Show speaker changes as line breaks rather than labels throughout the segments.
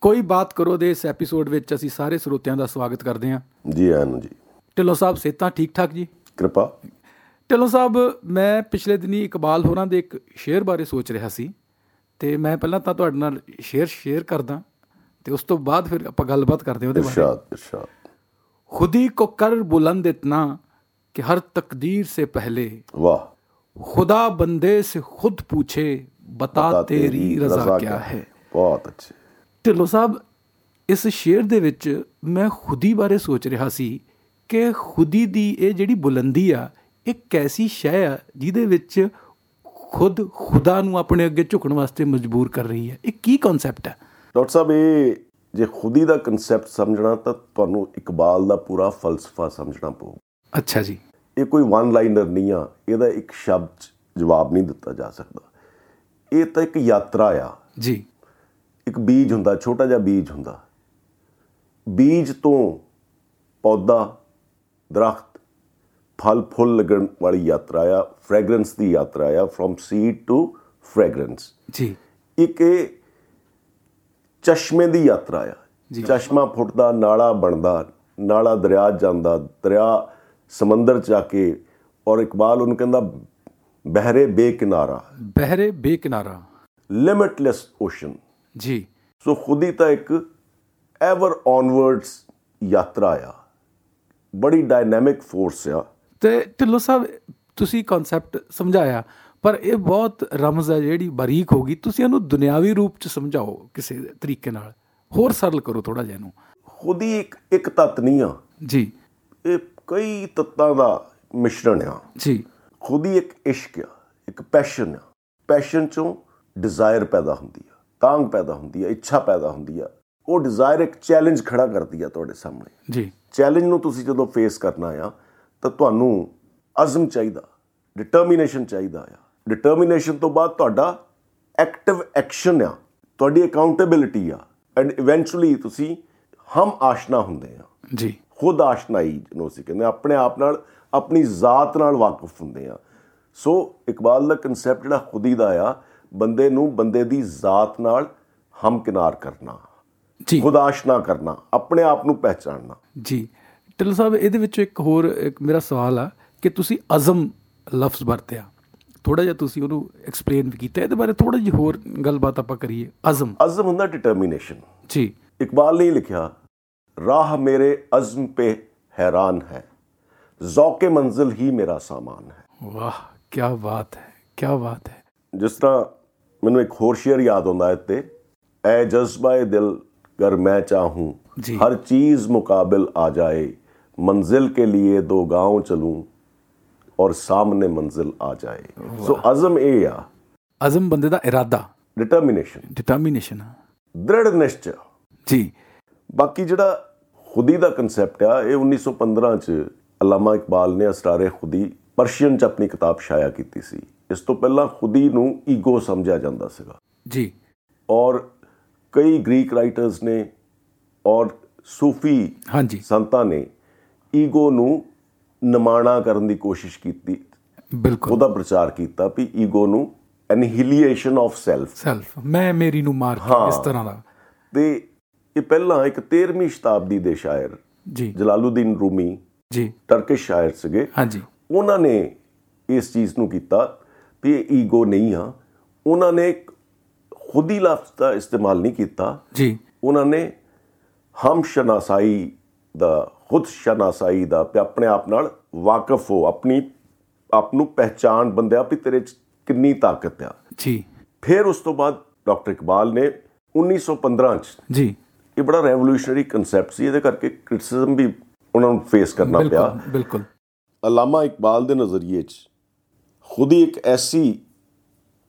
ਕੋਈ ਬਾਤ ਕਰੋ ਦੇ ਇਸ ਐਪੀਸੋਡ ਵਿੱਚ ਅਸੀਂ ਸਾਰੇ ਸਰੋਤਿਆਂ ਦਾ ਸਵਾਗਤ ਕਰਦੇ ਹਾਂ
ਜੀ ਆਇਆਂ ਨੂੰ ਜੀ
ਢਿੱਲੋਂ ਸਾਹਿਬ ਸਿਹਤਾਂ ਠੀਕ ਠਾਕ ਜੀ
ਕਿਰਪਾ
ਢਿੱਲੋਂ ਸਾਹਿਬ ਮੈਂ ਪਿਛਲੇ ਦਿਨੀ ਇਕਬਾਲ ਹੋਰਾਂ ਦੇ ਇੱਕ ਸ਼ੇਅਰ ਬਾਰੇ ਸੋਚ ਰਿਹਾ ਸੀ ਤੇ ਮੈਂ ਪਹਿਲਾਂ ਤਾਂ ਤੁਹਾਡੇ ਨਾਲ ਸ਼ੇਅਰ ਸ਼ੇਅਰ ਕਰਦਾ ਤੇ ਉਸ ਤੋਂ ਬਾਅਦ ਫਿਰ ਆਪਾਂ ਗੱਲਬਾਤ ਕਰਦੇ ਹਾਂ ਉਹਦੇ ਬਾਰੇ
ਇਰਸ਼ਾਦ ਇਰਸ਼ਾਦ
खुदी को कर बुलंद इतना कि हर तकदीर से पहले
ਵਾਹ
खुदा बंदे से खुद पूछे बता
ਤਾਂ
तेरी रजा क्या है
ਬਹੁਤ ਅੱਛੇ
ਢਿੱਲੋਂ ਸਾਹਿਬ ਇਸ ਸ਼ੇਰ ਦੇ ਵਿੱਚ ਮੈਂ ਖੁਦੀ ਬਾਰੇ ਸੋਚ ਰਿਹਾ ਸੀ ਕਿ ਖੁਦੀ ਦੀ ਇਹ ਜਿਹੜੀ ਬੁਲੰਦੀ ਆ ਇਹ ਕੈਸੀ ਸ਼ੈ ਆ ਜਿਹਦੇ ਵਿੱਚ ਖੁਦ ਖੁਦਾ ਨੂੰ ਆਪਣੇ ਅੱਗੇ ਝੁਕਣ ਵਾਸਤੇ ਮਜਬੂਰ ਕਰ ਰਹੀ ਹੈ ਇਹ ਕੀ ਕਨਸੈਪਟ ਹੈ
ਡਾਕਟਰ ਸਾਹਿਬ ਇਹ ਜੇ ਖੁਦੀ ਦਾ ਕਨਸੈਪਟ ਸਮਝਣਾ ਤਾਂ ਤੁਹਾਨੂੰ ਇਕਬਾਲ ਦਾ ਪੂਰਾ ਫਲਸਫਾ ਸਮਝਣਾ ਪਊ
ਅੱਛਾ ਜੀ
ਇਹ ਕੋਈ ਵਨ ਲਾਈਨਰ ਨਹੀਂ ਆ ਇਹਦਾ ਇੱਕ ਸ਼ਬਦ 'ਚ ਜਵਾਬ ਨਹੀਂ ਦਿੱਤਾ ਜਾ ਸਕਦਾ ਇਹ ਤਾਂ ਇੱਕ ਯਾਤਰਾ ਆ
ਜੀ
ਇੱਕ ਬੀਜ ਹੁੰਦਾ ਛੋਟਾ ਜਿਹਾ ਬੀਜ ਹੁੰਦਾ ਬੀਜ ਤੋਂ ਪੌਦਾ ਦਰਖਤ ਫਲ ਫੁੱਲ ਲੱਗਣ ਵਾਲੀ ਯਾਤਰਾ ਆ ਫ੍ਰੈਗਰੈਂਸ ਦੀ ਯਾਤਰਾ ਆ ਫਰਮ ਸੀਡ ਟੂ ਫ੍ਰੈਗਰੈਂਸ
ਜੀ
ਇੱਕ ਇਹ ਚਸ਼ਮੇ ਦੀ ਯਾਤਰਾ ਆ ਚਸ਼ਮਾ ਫੁੱਟਦਾ ਨਾਲਾ ਬਣਦਾ ਨਾਲਾ ਦਰਿਆ 'ਚ ਜਾਂਦਾ ਦਰਿਆ ਸਮੁੰਦਰ ਚ ਆ ਕੇ ਔਰ ਇਕਬਾਲ ਉਹਨੂੰ ਕਹਿੰਦਾ ਬਹਿਰੇ ਬੇਕਿਨਾਰਾ
ਬਹਿਰੇ ਬੇਕਿਨਾਰਾ
ਲਿਮਿਟਲੈਸ ਓਸ਼ਨ
ਜੀ
ਸੋ ਖੁਦੀ ਤਾਂ ਇੱਕ ਐਵਰ ਔਨਵਰਡਸ ਯਾਤਰਾ ਆ ਬੜੀ ਡਾਇਨਾਮਿਕ ਫੋਰਸ ਆ
ਤੇ ਢਿੱਲੋਂ ਸਾਹਿਬ ਤੁਸੀਂ ਕਨਸੈਪਟ ਸਮਝਾਇਆ ਪਰ ਇਹ ਬਹੁਤ ਰਮਜ਼ ਹੈ ਜਿਹੜੀ ਬਾਰੀਕ ਹੋਗੀ ਤੁਸੀਂ ਇਹਨੂੰ ਦੁਨਿਆਵੀ ਰੂਪ ਚ ਸਮਝਾਓ ਕਿਸੇ ਤਰੀਕੇ ਨਾਲ ਹੋਰ ਸਰਲ ਕਰੋ ਥੋੜਾ ਜਿਹਾ ਇਹਨੂੰ
ਖੁਦੀ ਇੱਕ ਇੱਕ ਤੱਤ ਨਹੀਂ ਆ
ਜੀ
ਇਹ ਕਈ ਤੱਤਾਂ ਦਾ ਮਿਸ਼ਰਣ ਆ
ਜੀ
ਖੁਦੀ ਇੱਕ ਇਸ਼ਕ ਆ ਇੱਕ ਪੈਸ਼ਨ ਆ ਪੈਸ਼ਨ ਚੋਂ ਡਿਜ਼ਾਇਰ ਪੈਦਾ ਹੁੰਦੀ ਆ ਤਾਂਗ ਪੈਦਾ ਹੁੰਦੀ ਆ ਇੱਛਾ ਪੈਦਾ ਹੁੰਦੀ ਆ ਉਹ ਡਿਜ਼ਾਇਰ ਇੱਕ ਚੈਲੰਜ ਖੜਾ ਕਰਦੀ ਆ ਤੁਹਾਡੇ ਸਾਹਮਣੇ
ਜੀ
ਚੈਲੰਜ ਨੂੰ ਤੁਸੀਂ ਜਦੋਂ ਫੇਸ ਕਰਨਾ ਆ ਤਾਂ ਤੁਹਾਨੂੰ ਅਜ਼ਮ ਚਾਹੀਦਾ ਡਿਟਰਮੀਨੇਸ਼ਨ ਚਾਹੀਦਾ ਆ ਡਿਟਰਮੀਨੇਸ਼ਨ ਤੋਂ ਬਾਅਦ ਤੁਹਾਡਾ ਐਕਟਿਵ ਐਕਸ਼ਨ ਆ ਤੁਹਾਡੀ ਅਕਾਊਂਟੇਬਿਲਿਟੀ ਆ ਐਂਡ ਇਵੈਂਚੁਅਲੀ ਤੁਸੀਂ ਹਮ ਆਸ਼ਨਾ ਹੁੰਦੇ ਆ
ਜੀ
ਖੁਦ ਆਸ਼ਨਾਈ ਜਿਹਨੂੰ ਅਸੀਂ ਕਹਿੰਦੇ ਹਾਂ, ਆਪਣੇ ਆਪ ਨਾਲ ਆਪਣੀ ਜ਼ਾਤ ਨਾਲ ਵਾਕਿਫ ਹੁੰਦੇ ਆ ਸੋ ਇਕਬਾਲ ਦਾ ਕਨਸੈਪਟ ਜਿਹੜਾ ਖੁਦੀ ਦਾ ਆ ਬੰਦੇ ਨੂੰ ਬੰਦੇ ਦੀ ਜ਼ਾਤ ਨਾਲ ਹਮਕਿਨਾਰ ਕਰਨਾ
ਜੀ
ਖੁਦ ਆਸ਼ਨਾ ਕਰਨਾ ਆਪਣੇ ਆਪ ਨੂੰ ਪਹਿਚਾਨਣਾ
ਜੀ ਢਿੱਲੋਂ ਸਾਹਿਬ ਇਹਦੇ ਵਿੱਚੋਂ ਇੱਕ ਹੋਰ ਇੱਕ ਮੇਰਾ ਸਵਾਲ ਆ ਕਿ ਤੁਸੀਂ ਅਜ਼ਮ ਲਫ਼ਜ਼ ਵਰਤਿਆ ਥੋੜਾ ਜਿਹਾ ਤੁਸੀਂ ਉਹਨੂੰ ਐਕਸਪਲੇਨ ਵੀ ਕੀਤਾ ਇਹਦੇ ਬਾਰੇ ਥੋੜਾ ਜਿਹੀ ਹੋਰ ਗੱਲਬਾਤ ਆਪਾਂ ਕਰੀਏ ਅਜ਼ਮ
ਅਜ਼ਮ ਹੁੰਦਾ ਡਿਟਰਮੀਨੇਸ਼ਨ
ਜੀ
इकबाल ने लिखा राह मेरे अज़्म पे हैरान है जौक मंजिल ही मेरा सामान है
ਵਾਹ ਕੀ ਬਾਤ ਹੈ ਕੀ ਬਾਤ ਹੈ
ਜਿਸ ਤਰ੍ਹਾਂ ਮੈਨੂੰ ਇੱਕ ਹੋਰ ਸ਼ੇਅਰ ਯਾਦ ਆਉਂਦਾ ਹੈ ਤੇ ਐ ਜਜ਼ਬਾਏ ਦਿਲ ਕਰ ਮੈਂ ਚਾਹੂੰ
ਜੀ।
ਹਰ ਚੀਜ਼ ਮੁਕਾਬਲ ਆ ਜਾਏ ਮੰਜ਼ਿਲ ਕੇ ਲਈ ਦੋ گاؤں ਚਲੂੰ ਔਰ ਸਾਹਮਣੇ ਮੰਜ਼ਿਲ ਆ ਜਾਏ ਸੋ ਅਜ਼ਮ ਇਹ ਆ
ਅਜ਼ਮ ਬੰਦੇ ਦਾ ਇਰਾਦਾ
ਡਿਟਰਮੀਨੇਸ਼ਨ
ਡਿਟਰਮੀਨੇਸ਼ਨ
ਦ੍ਰਿੜ ਨਿਸ਼ਚੈ
ਜੀ
ਬਾਕੀ ਜਿਹੜਾ ਖੁਦੀ ਦਾ ਕਨਸੈਪਟ ਆ ਇਹ 1915 ਚ ਅਲਾਮਾ ਇਕਬਾਲ ਨੇ ਅਸਰਾਰੇ ਖੁਦੀ ਪਰਸ਼ੀਅਨ ਚ ਆਪਣੀ ਕਿਤਾਬ ਸ਼ਾਇਆ ਕੀਤੀ ਸੀ ਇਸ ਤੋਂ ਪਹਿਲਾਂ ਖੁਦੀ ਨੂੰ ਈਗੋ ਸਮਝਿਆ ਜਾਂਦਾ ਸੀਗਾ
ਜੀ
ਔਰ ਕਈ ਗ੍ਰੀਕ ਰਾਈਟਰਸ ਨੇ ਔਰ ਸੂਫੀ
ਹਾਂਜੀ
ਸੰਤਾਂ ਨੇ ਈਗੋ ਨੂੰ ਨਿਮਾਣਾ ਕਰਨ ਦੀ ਕੋਸ਼ਿਸ਼ ਕੀਤੀ
ਬਿਲਕੁਲ
ਉਹਦਾ ਪ੍ਰਚਾਰ ਕੀਤਾ ਵੀ ਈਗੋ ਨੂੰ ਐਨਹੀਲੀਏਸ਼ਨ ਆਫ ਸੈਲਫ
ਸੈਲਫ ਮੈਂ ਮੇਰੀ ਨੂੰ ਮਾਰ ਕੇ
ਹਾਂ।
ਇਸ ਤਰ੍ਹਾਂ ਦਾ
ਤੇ ਇਹ ਪਹਿਲਾਂ ਇੱਕ 13ਵੀਂ ਸ਼ਤਾਬਦੀ ਦੇ ਸ਼ਾਇਰ
ਜੀ
ਜਲਾਲੂਦੀਨ ਰੂਮੀ
ਜੀ
ਟਰਕਿਸ਼ ਸ਼ਾਇਰ ਸੀਗੇ
ਹਾਂਜੀ
ਉਹਨਾਂ ਨੇ ਇਸ ਚੀਜ਼ ਨੂੰ ਕੀਤਾ ਵੀ ਇਹ ਈਗੋ ਨਹੀਂ ਆ ਉਹਨਾਂ ਨੇ ਖੁਦੀ ਲਫ਼ਜ਼ ਦਾ ਇਸਤੇਮਾਲ ਨਹੀਂ ਕੀਤਾ
ਜੀ
ਉਹਨਾਂ ਨੇ ਹਮ ਸ਼ਨਾਸਾਈ ਦਾ ਖੁਦ ਸ਼ਨਾਸਾਈ ਦਾ ਵੀ ਆਪਣੇ ਆਪ ਨਾਲ ਵਾਕਿਫ ਹੋ ਆਪਣੀ ਆਪ ਨੂੰ ਪਹਿਚਾਨ ਬੰਦਿਆ ਵੀ ਤੇਰੇ ਚ ਕਿੰਨੀ ਤਾਕਤ ਆ
ਜੀ
ਫਿਰ ਉਸ ਤੋਂ ਬਾਅਦ ਡਾਕਟਰ ਇਕਬਾਲ ਨੇ 1915 ਚ
ਜੀ
ਇਹ ਬੜਾ ਰੈਵੋਲੂਸ਼ਨਰੀ ਕਨਸੈਪਟ ਸੀ ਇਹਦੇ ਕਰਕੇ ਕ੍ਰਿਟਿਸਿਜ਼ਮ ਵੀ ਉਹਨਾਂ ਨੂੰ ਫੇਸ ਕਰਨਾ ਪਿਆ
ਬਿਲਕੁਲ ਬਿਲਕੁਲ
ਅਲਾਮਾ ਇਕਬਾਲ ਦੇ ਨਜ਼ਰੀਏ 'ਚ ਖੁਦੀ ਇੱਕ ਐਸੀ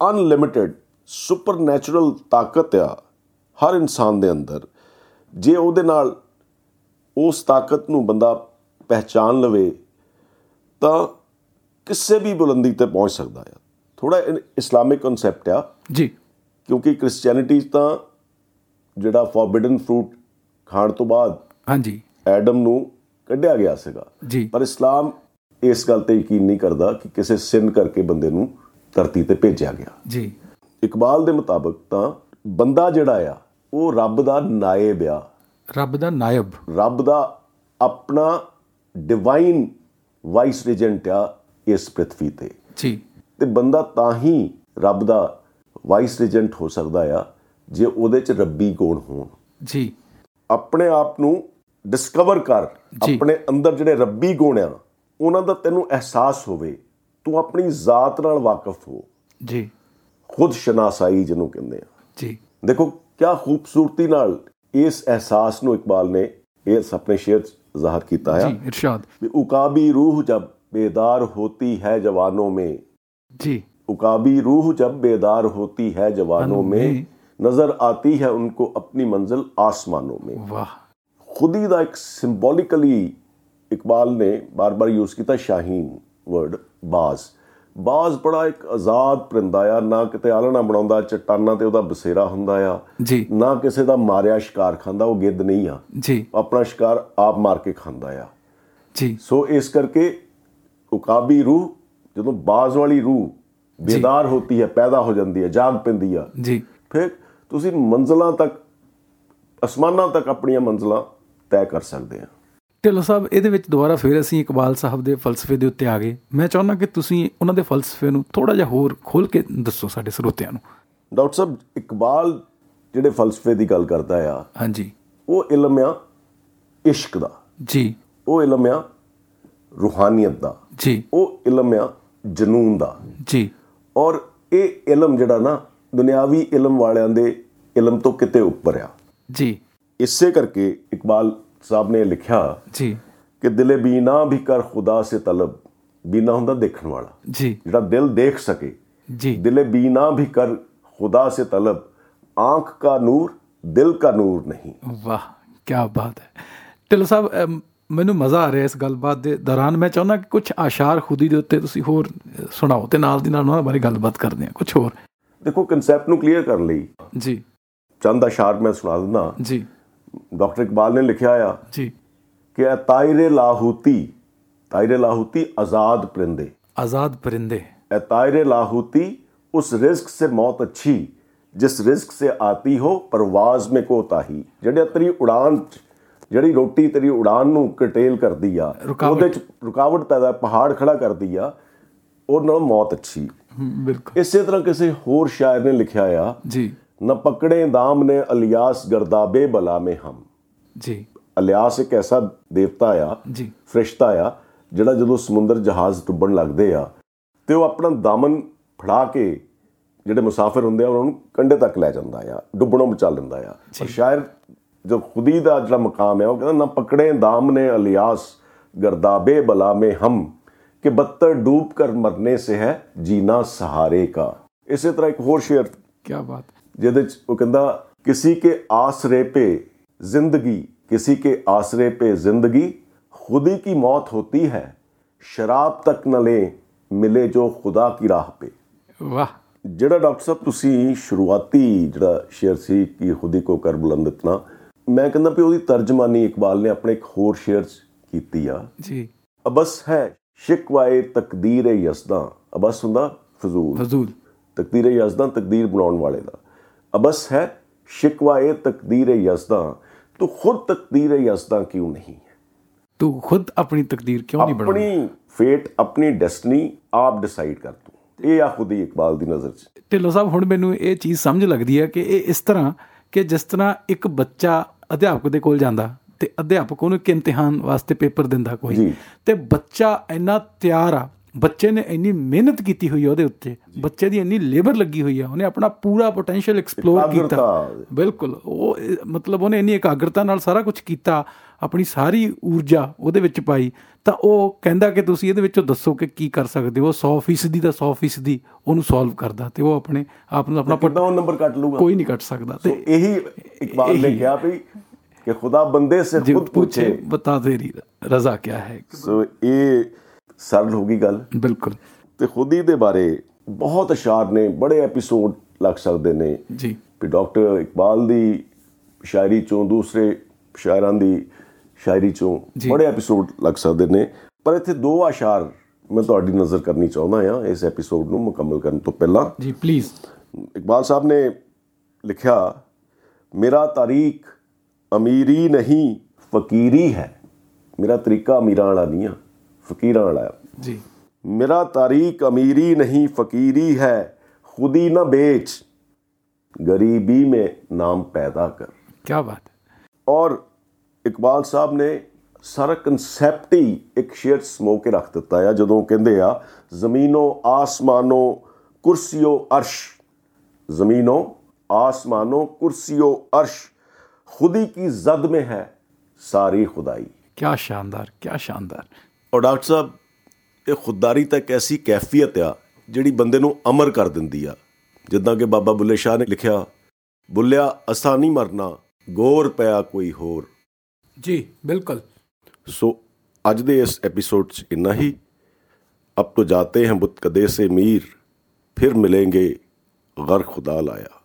ਅਨਲਿਮਿਟਿਡ ਸੁਪਰਨੈਚੁਰਲ ਤਾਕਤ ਆ ਹਰ ਇਨਸਾਨ ਦੇ ਅੰਦਰ ਜੇ ਉਹਦੇ ਨਾਲ ਉਸ ਤਾਕਤ ਨੂੰ ਬੰਦਾ ਪਹਿਚਾਨ ਲਵੇ ਤਾਂ ਕਿਸੇ ਵੀ ਬੁਲੰਦੀ ਤੇ ਪਹੁੰਚ ਸਕਦਾ ਆ ਥੋੜਾ ਇਸਲਾਮਿਕ ਕਨਸੈਪਟ ਆ
ਜੀ
ਕਿਉਂਕਿ ਕ੍ਰਿਸਚੀਅਨਿਟੀ 'ਚ ਤਾਂ ਜਿਹੜਾ ਫੋਰਬਿਡਨ ਫਰੂਟ ਖਾਣ ਤੋਂ ਬਾਅਦ
ਹਾਂਜੀ
ਐਡਮ ਨੂੰ ਕੱਢਿਆ ਗਿਆ ਸੀਗਾ
ਜੀ
ਪਰ ਇਸਲਾਮ ਇਸ ਗੱਲ ਤੇ ਯਕੀਨ ਨਹੀਂ ਕਰਦਾ ਕਿ ਕਿਸੇ ਸਿਨ ਕਰਕੇ ਬੰਦੇ ਨੂੰ ਧਰਤੀ ਤੇ ਭੇਜਿਆ ਗਿਆ
ਜੀ
ਇਕਬਾਲ ਦੇ ਮੁਤਾਬਕ ਤਾਂ ਬੰਦਾ ਜਿਹੜਾ ਆ ਉਹ ਰੱਬ ਦਾ ਨਾਇਬ ਆ
ਰੱਬ ਦਾ ਨਾਇਬ
ਰੱਬ ਦਾ ਆਪਣਾ ਡਿਵਾਈਨ ਵਾਈਸ ਰੇਜੈਂਟ ਆ ਇਸ ਪ੍ਰithvi ਤੇ
ਜੀ
ਤੇ ਬੰਦਾ ਤਾਂ ਹੀ ਰੱਬ ਦਾ ਵਾਈਸ ਰੇਜੈਂਟ ਹੋ ਸਕਦਾ ਆ ਜੇ ਉਹਦੇ ਚ ਰੱਬੀ ਗੁਣ ਹੋਣ
ਜੀ
ਆਪਣੇ ਆਪ ਨੂੰ ਡਿਸਕਵਰ ਕਰ
ਜੀ।
ਆਪਣੇ ਅੰਦਰ ਜਿਹੜੇ ਰੱਬੀ ਗੁਣ ਆ ਉਹਨਾਂ ਦਾ ਤੈਨੂੰ ਅਹਿਸਾਸ ਹੋਵੇ ਤੂੰ ਆਪਣੀ ਜ਼ਾਤ ਨਾਲ ਵਾਕਿਫ ਹੋ
ਜੀ
ਖੁਦ ਸ਼ਨਾਸਾਈ ਜਿਹਨੂੰ ਕਹਿੰਦੇ ਆ
ਜੀ
ਦੇਖੋ ਕਿਆ ਖੂਬਸੂਰਤੀ ਨਾਲ ਇਸ ਅਹਿਸਾਸ ਨੂੰ ਇਕਬਾਲ ਨੇ ਇਸ ਆਪਣੇ ਸ਼ੇਰ 'ਚ ਜ਼ਾਹਰ ਕੀਤਾ ਹੈ
ਜੀ ਇਰਸ਼ਾਦ
ਵੀ ਉਕਾਬੀ ਰੂਹ ਜਬ ਬੇਦਾਰ ਹੋਤੀ ਹੈ ਜਵਾਨੋਂ ਮੇਂ
जी
उकाबी रूह जब बेदार होती है जवानों में
में।
नजर आती है उनको अपनी मंजिल आसमानों में
वाह
खुदी का एक सिंबॉलिकली इकबाल ने बार बार यूज़ किया शाहीन वर्ड बाज ਬਾਜ਼ ਬੜਾ ਇੱਕ ਆਜ਼ਾਦ ਪਰਿੰਦਾ ਆ ਨਾ ਕਿਤੇ ਆਲਣਾ ਬਣਾਉਂਦਾ ਚਟਾਨਾਂ ਤੇ ਉਹਦਾ ਬਸੇਰਾ ਹੁੰਦਾ ਆ
जी
ਨਾ ਕਿਸੇ ਦਾ ਮਾਰਿਆ ਸ਼ਿਕਾਰ ਖਾਂਦਾ ਉਹ ਗਿੱਦ ਨਹੀਂ ਆ
जी
ਆਪਣਾ ਸ਼ਿਕਾਰ ਆਪ ਮਾਰ ਕੇ ਖਾਂਦਾ ਆ
जी
ਸੋ ਇਸ ਕਰਕੇ ਉਕਾਬੀ ਰੂਹ ਜਦੋਂ ਬਾਜ਼ ਵਾਲੀ ਰੂਹ ਬੇਦਾਰ ਹੁੰਦੀ ਹੈ ਪੈਦਾ ਹੋ ਜਾਂਦੀ ਹੈ ਜਾਗ ਪੈਂਦੀ ਆ
जी
ਫਿਰ ਤੁਸੀਂ ਮੰਜ਼ਲਾਂ ਤੱਕ ਅਸਮਾਨਾਂ ਤੱਕ ਆਪਣੀਆਂ ਮੰਜ਼ਲਾਂ ਤੈਅ ਕਰ ਸਕਦੇ ਆ
ਢਿੱਲੋਂ ਸਾਹਿਬ ਇਹਦੇ ਵਿੱਚ ਦੁਬਾਰਾ ਫਿਰ ਅਸੀਂ ਇਕਬਾਲ ਸਾਹਿਬ ਦੇ ਫਲਸਫੇ ਦੇ ਉੱਤੇ ਆ ਗਏ ਮੈਂ ਚਾਹੁੰਦਾ ਕਿ ਤੁਸੀਂ ਉਹਨਾਂ ਦੇ ਫਲਸਫੇ ਨੂੰ ਥੋੜਾ ਜਿਹਾ ਹੋਰ ਖੋਲ ਕੇ ਦੱਸੋ ਸਾਡੇ ਸਰੋਤਿਆਂ ਨੂੰ
ਡਾਕਟਰ ਸਾਹਿਬ ਇਕਬਾਲ ਜਿਹੜੇ ਫਲਸਫੇ ਦੀ ਗੱਲ ਕਰਦਾ ਆ
ਹਾਂਜੀ
ਉਹ ਇਲਮ ਆ ਇਸ਼ਕ ਦਾ
ਜੀ
ਉਹ ਇਲਮ ਆ ਰੂਹਾਨੀਅਤ ਦਾ
ਜੀ
ਉਹ ਇਲਮ ਆ ਜਨੂਨ ਦਾ
ਜੀ
ਔਰ ਇਹ ਇਲਮ ਜਿਹੜਾ ਨਾ ਦੁਨਿਆਵੀ ਇਲਮ ਵਾਲਿਆਂ ਦੇ ਇਲਮ ਤੋਂ ਕਿਤੇ ਉੱਪਰ ਆ
ਜੀ
ਇਸੇ ਕਰਕੇ ਇਕਬਾਲ ਸਾਹਿਬ ਨੇ ਲਿਖਿਆ
ਜੀ
ਕਿ ਦਿਲੇ ਬੀਨਾ ਵੀ ਕਰ ਖੁਦਾ ਸੇ ਤਲਬ ਬੀਨਾ ਹੁੰਦਾ ਦੇਖਣ ਵਾਲਾ
ਜੀ
ਜਿਹੜਾ ਦਿਲ ਦੇਖ ਸਕੇ
ਜੀ
ਦਿਲੇ ਬੀਨਾ ਵੀ ਕਰ ਖੁਦਾ ਸੇ ਤਲਬ ਆਂਖ ਕਾ ਨੂਰ ਦਿਲ ਕਾ ਨੂਰ ਨਹੀਂ
ਵਾਹ ਕੀ ਬਾਤ ਹੈ ਢਿੱਲੋਂ ਸਾਹਿਬ ਅਮ, ਮੈਨੂੰ ਮਜ਼ਾ ਆ ਰਿਹਾ ਇਸ ਗੱਲਬਾਤ ਦੇ ਦੌਰਾਨ ਮੈਂ ਚਾਹੁੰਦਾ ਕਿ ਕੁਝ ਆਸ਼ਾਰ ਖੁਦੀ ਦੇ ਉੱਤੇ ਤੁਸੀਂ ਹੋਰ ਅ, ਸੁਣਾਓ ਤੇ ਨਾਲ ਦੀ ਨਾਲ ਉਹਨਾਂ ਬਾਰੇ ਗੱਲਬਾਤ ਕਰਦੇ ਹਾਂ ਕੁਝ ਹੋਰ
ਦੇਖੋ ਕਨਸੈਪਟ ਨੂੰ ਕਲੀਅਰ ਕਰਨ ਲਈ
ਜੀ
ਚੰਦ ਅਸ਼ਾਰ ਮੈਂ ਸੁਣਾ ਦਿੰਦਾ
ਜੀ
ਡਾਕਟਰ ਇਕਬਾਲ ਨੇ ਲਿਖਿਆ ਆ
ਜੀ
ਕਿ ਇਹ ਤਾਇਰੇ ਲਾਹੂਤੀ ਤਾਇਰੇ ਲਾਹੂਤੀ ਆਜ਼ਾਦ ਪਰਿੰਦੇ
ਆਜ਼ਾਦ ਪਰਿੰਦੇ
ए तायरे लाहूती उस रिस्क से मौत अच्छी जिस रिस्क से आती हो परवाज में कोताही ਜਿਹੜੀ ਤੇਰੀ ਉਡਾਨ 'ਚ, ਜਿਹੜੀ ਰੋਟੀ ਤੇਰੀ ਉਡਾਨ ਨੂੰ ਕਟੇਲ ਕਰਦੀ ਆ
ਰੁਕਾਵਟ।
ਉਹਦੇ ਚ ਰੁਕਾਵਟ ਪੈਦਾ ਪਹਾੜ ਖੜਾ ਕਰਦੀ ਆ ਉਹ ਨਾਲ ਮੌਤ ਅੱਛੀ
ਹਮ, ਬਿਲਕੁਲ
ਇਸੇ ਤਰ੍ਹਾਂ ਕਿਸੇ ਹੋਰ ਸ਼ਾਇਰ ਨੇ ਲਿਖਿਆ ਆ
ਜੀ
ਨਾ ਪਕੜੇ ਦਾਮ ਨੇ ਅਲਿਆਸ ਗਰਦਾਬੇ ਬਲਾ ਮੇ ਹਮ
ਜੀ
ਅਲਿਆਸ ਇੱਕ ਐਸਾ ਦੇਵਤਾ ਆ
ਜੀ
ਫਰਿਸ਼ਤਾ ਆ ਜਿਹੜਾ ਜਦੋਂ ਸਮੁੰਦਰ ਜਹਾਜ਼ ਡੁੱਬਣ ਲੱਗਦੇ ਆ ਤੇ ਉਹ ਆਪਣਾ ਦਾਮਨ ਫੜਾ ਕੇ ਜਿਹੜੇ ਮੁਸਾਫਿਰ ਹੁੰਦੇ ਆ ਉਹਨਾਂ ਨੂੰ ਕੰਢੇ ਤੱਕ ਲੈ ਜਾਂਦਾ ਆ ਡੁੱਬਣੋਂ ਬਚਾ ਲੈਂਦਾ ਆ ਪਰ ਸ਼ਾਇਰ ਜੋ ਖੁਦੀ ਦਾ ਜਿਹੜਾ ਮਕਾਮ ਹੈ ਉਹ ਕਹਿੰਦਾ ਨਾ ਪਕੜੇ ਦਾਮ ਨੇ ਅਲਿਆਸ ਗਰਦਾਬੇ ਬਲਾ ਮੇ ਹਮ ਕਿ ਬੱਤਰ ਡੂਬ ਕਰ ਮਰਨੇ ਸੇ ਹੈ ਜੀਨਾ ਸਹਾਰੇ ਕਾ ਇਸੇ ਤਰ੍ਹਾਂ ਇੱਕ ਹੋਰ ਸ਼ੇਰ
ਕੀ ਬਾਤ
ਜਿਹਦੇ ਚ ਉਹ ਕਹਿੰਦਾ ਕਿਸੇ ਕੇ ਆਸਰੇ ਪੇ ਜ਼ਿੰਦਗੀ ਕਿਸੇ ਕੇ ਆਸਰੇ ਪੇ ਜ਼ਿੰਦਗੀ ਖੁਦੀ ਕੀ ਮੌਤ ਹੋਤੀ ਹੈ ਸ਼ਰਾਬ ਤੱਕ ਨਾ ਲੈ ਮਿਲੇ ਜੋ ਖੁਦਾ ਕੀ ਰਾਹ ਪੇ
ਵਾਹ
ਜਿਹੜਾ ਡਾਕਟਰ ਸਾਹਿਬ ਤੁਸੀਂ ਸ਼ੁਰੂਆਤੀ ਜਿਹੜਾ ਸ਼ੇਰ ਸੀ ਕਿ ਖੁਦੀ ਕੋ ਕਰ ਬੁਲੰਦ ਇਤਨਾ ਮੈਂ ਕਹਿੰਦਾ ਵੀ ਉਹਦੀ ਤਰਜਮਾਨੀ ਇਕਬਾਲ ਨੇ ਆਪਣੇ ਇੱਕ ਹੋਰ ਸ਼ੇਰ ਚ ਕੀਤੀ ਆ
ਜੀ
ਅਬਸ ਹੈ ਸ਼ਿਕਵਾਏ ਤਕਦੀਰ ਯਸਦਾ ਅਬਸ ਹੁੰਦਾ ਫਜ਼ੂਲ
ਫਜ਼ੂਲ
ਤਕਦੀਰ ਯਜ਼ਦਾਂ ਤਕਦੀਰ ਬਣਾਉਣ ਵਾਲੇ ਦਾ ਅਬਸ ਹੈ ਸ਼ਿਕਵਾ ਇਹ ਤਕਦੀਰ ਯਜ਼ਦਾਂ ਤੂੰ ਖੁਦ ਤਕਦੀਰ ਯਜ਼ਦਾਂ ਕਿਉਂ ਨਹੀਂ ਹੈ?
ਤੂੰ ਖੁਦ ਆਪਣੀ ਤਕਦੀਰ ਕਿਉਂ ਨਹੀਂ ਬਣਾਉਂਦਾ
ਆਪਣੀ ਫੇਟ ਆਪਣੀ ਡੈਸਟਨੀ ਆਪ ਡਿਸਾਈਡ ਕਰ ਤੂੰ ਇਹ ਆ ਖੁਦ ਹੀ ਇਕਬਾਲ ਦੀ ਨਜ਼ਰ 'ਚ
ਢਿੱਲੋਂ ਸਾਹਿਬ ਹੁਣ ਮੈਨੂੰ ਇਹ ਚੀਜ਼ ਸਮਝ ਲੱਗਦੀ ਹੈ ਕਿ ਇਹ ਇਸ ਤਰ੍ਹਾਂ ਕਿ ਜਿਸ ਤਰ੍ਹਾਂ ਇੱਕ ਬੱਚਾ ਅਧਿਆਪਕ ਦੇ ਕੋਲ ਜਾਂਦਾ ਤੇ ਅਧਿਆਪਕ ਉਹਨੂੰ ਇੱਕ ਇਮਤਿਹਾਨ ਵਾਸਤੇ ਪੇਪਰ ਦਿੰਦਾ
ਜੀ।
ਕੋਈ ਤੇ ਬੱਚਾ ਇੰਨਾ ਤਿਆਰ ਆ ਬੱਚੇ ਨੇ ਇੰਨੀ ਮਿਹਨਤ ਕੀਤੀ ਹੋਈ ਆ ਉਹਦੇ ਉੱਤੇ ਬੱਚੇ ਦੀ ਇੰਨੀ ਲੇਬਰ ਲੱਗੀ ਹੋਈ ਆ ਉਹਨੇ ਆਪਣਾ ਪੂਰਾ ਪੋਟੈਂਸ਼ੀਅਲ ਐਕਸਪਲੋਰ ਕੀਤਾ
ਇਕਾਗਰਤਾ।
ਬਿਲਕੁਲ ਉਹ ਇਹ, ਮਤਲਬ ਉਹਨੇ ਇੰਨੀ ਇਕਾਗਰਤਾ ਨਾਲ ਸਾਰਾ ਕੁਝ ਕੀਤਾ ਆਪਣੀ ਸਾਰੀ ਊਰਜਾ ਉਹਦੇ ਵਿੱਚ ਪਾਈ ਤਾਂ ਉਹ ਕਹਿੰਦਾ ਕਿ ਤੁਸੀਂ ਇਹਦੇ ਵਿੱਚੋਂ ਦੱਸੋ ਕਿ ਕੀ ਕਰ ਸਕਦੇ ਹੋ 100% ਦੀ ਦਾ 100% ਦੀ ਉਹਨੂੰ ਸੋਲਵ ਕਰਦਾ ਤੇ ਉਹ ਆਪਣੇ ਆਪ ਨੂੰ ਆਪਣਾ ਪਟ-
ਕਿੰਨਾ ਉਹ ਨੰਬਰ ਕੱਟ ਲੂਗਾ
ਕੋਈ ਨਹੀਂ ਕੱਟ ਸਕਦਾ
ਸੋ
ਤੇ
ਇਹੀ ਇਕਬਾਲ ਨੇ ਕਿਹਾ ਵੀ ਕਿ ਖੁਦਾ ਬੰਦੇ ਸੇ
ਜੇ
ਖੁਦ
ਪੁੱਛੇ
ਪੁੱਛੇ
ਬਤਾ ਤੇਰੀ ਰਜ਼ਾ ਕੀ ਹੈ
ਸੋ ਇਹ ਸਰਲ ਹੋ ਗਈ ਗੱਲ
ਬਿਲਕੁਲ
ਤੇ ਖੁਦੀ ਦੇ ਬਾਰੇ ਬਹੁਤ ਅਸ਼ਾਰ ਨੇ ਬੜੇ ਐਪੀਸੋਡ ਲੱਗ ਸਕਦੇ ਨੇ
ਜੀ
ਵੀ ਡਾਕਟਰ ਇਕਬਾਲ ਦੀ ਸ਼ਾਇਰੀ ਚੋਂ ਦੂਸਰੇ ਸ਼ਾਇਰਾਂ ਦੀ ਸ਼ਾਇਰੀ ਚੋਂ
ਜੀ।
ਬੜੇ ਐਪੀਸੋਡ ਲੱਗ ਸਕਦੇ ਨੇ ਪਰ ਇੱਥੇ ਦੋ ਅਸ਼ਾਰ ਮੈਂ ਤੁਹਾਡੀ ਨਜ਼ਰ ਕਰਨੀ ਚਾਹੁੰਦਾ ਹਾਂ ਇਸ ਐਪੀਸੋਡ ਨੂੰ ਮੁਕੰਮਲ ਕਰਨ ਤੋਂ ਪਹਿਲਾਂ
ਜੀ ਪਲੀਜ਼
ਇਕਬਾਲ ਸਾਹਿਬ ਨੇ ਲਿਖਿਆ ਮੇਰਾ ਤਾਰੀਖ ਅਮੀਰੀ ਨਹੀਂ ਫਕੀਰੀ ਹੈ ਮੇਰਾ ਤਰੀਕਾ ਅਮੀਰਾਂ ਵਾਲਾ ਨਹੀਂ ਆ ਫਕੀਰਾਂ ਵਾਲਾ ਆ
ਜੀ
ਮੇਰਾ ਤਾਰੀਕ ਅਮੀਰੀ ਨਹੀਂ ਫਕੀਰੀ है खुदी ना बेच गरीबी में नाम पैदा कर
ਕੀ ਬਾਤ ਹੈ
और ਇਕਬਾਲ ਸਾਹਿਬ ਨੇ ਸਾਰਾ ਕਨਸੈਪਟ ਹੀ ਇੱਕ ਸ਼ੇਰ ਸਮੋ ਕੇ ਰੱਖ ਦਿੱਤਾ ਆ ਜਦੋਂ ਕਹਿੰਦੇ ਆ ਜ਼ਮੀਨੋ ਆਸਮਾਨੋ ਕੁਰਸੀਓ ਅਰਸ਼ ਜ਼ਮੀਨੋ ਆਸਮਾਨੋ ਕੁਰਸੀਓ ਅਰਸ਼ खुदी की जद में है सारी खुदाई
ਕੀ ਸ਼ਾਨਦਾਰ ਕੀ ਸ਼ਾਨਦਾਰ
ਔਰ ਡਾਕਟਰ ਸਾਹਿਬ ਇਹ ਖੁਦਦਾਰੀ ਤਾਂ ਇੱਕ ਐਸੀ ਕੈਫੀਅਤ ਆ ਜਿਹੜੀ ਬੰਦੇ ਨੂੰ ਅਮਰ ਕਰ ਦਿੰਦੀ ਆ ਜਿੱਦਾਂ ਕਿ ਬਾਬਾ ਬੁੱਲੇ ਸ਼ਾਹ ਨੇ ਲਿਖਿਆ ਬੁੱਲਿਆ ਅਸਾਂ ਨਹੀਂ ਮਰਨਾ ਗੌਰ ਪਿਆ ਕੋਈ ਹੋਰ
ਜੀ ਬਿਲਕੁਲ
ਸੋ ਅੱਜ ਦੇ ਇਸ ਐਪੀਸੋਡ 'ਚ ਇੰਨਾ ਹੀ ਅਬ ਤੋਂ ਜਾਤੇ ਹੈ ਬੁਤ ਕਦੇ ਸੇ ਮੀਰ ਫਿਰ ਮਿਲेंगे गर खुदा लाया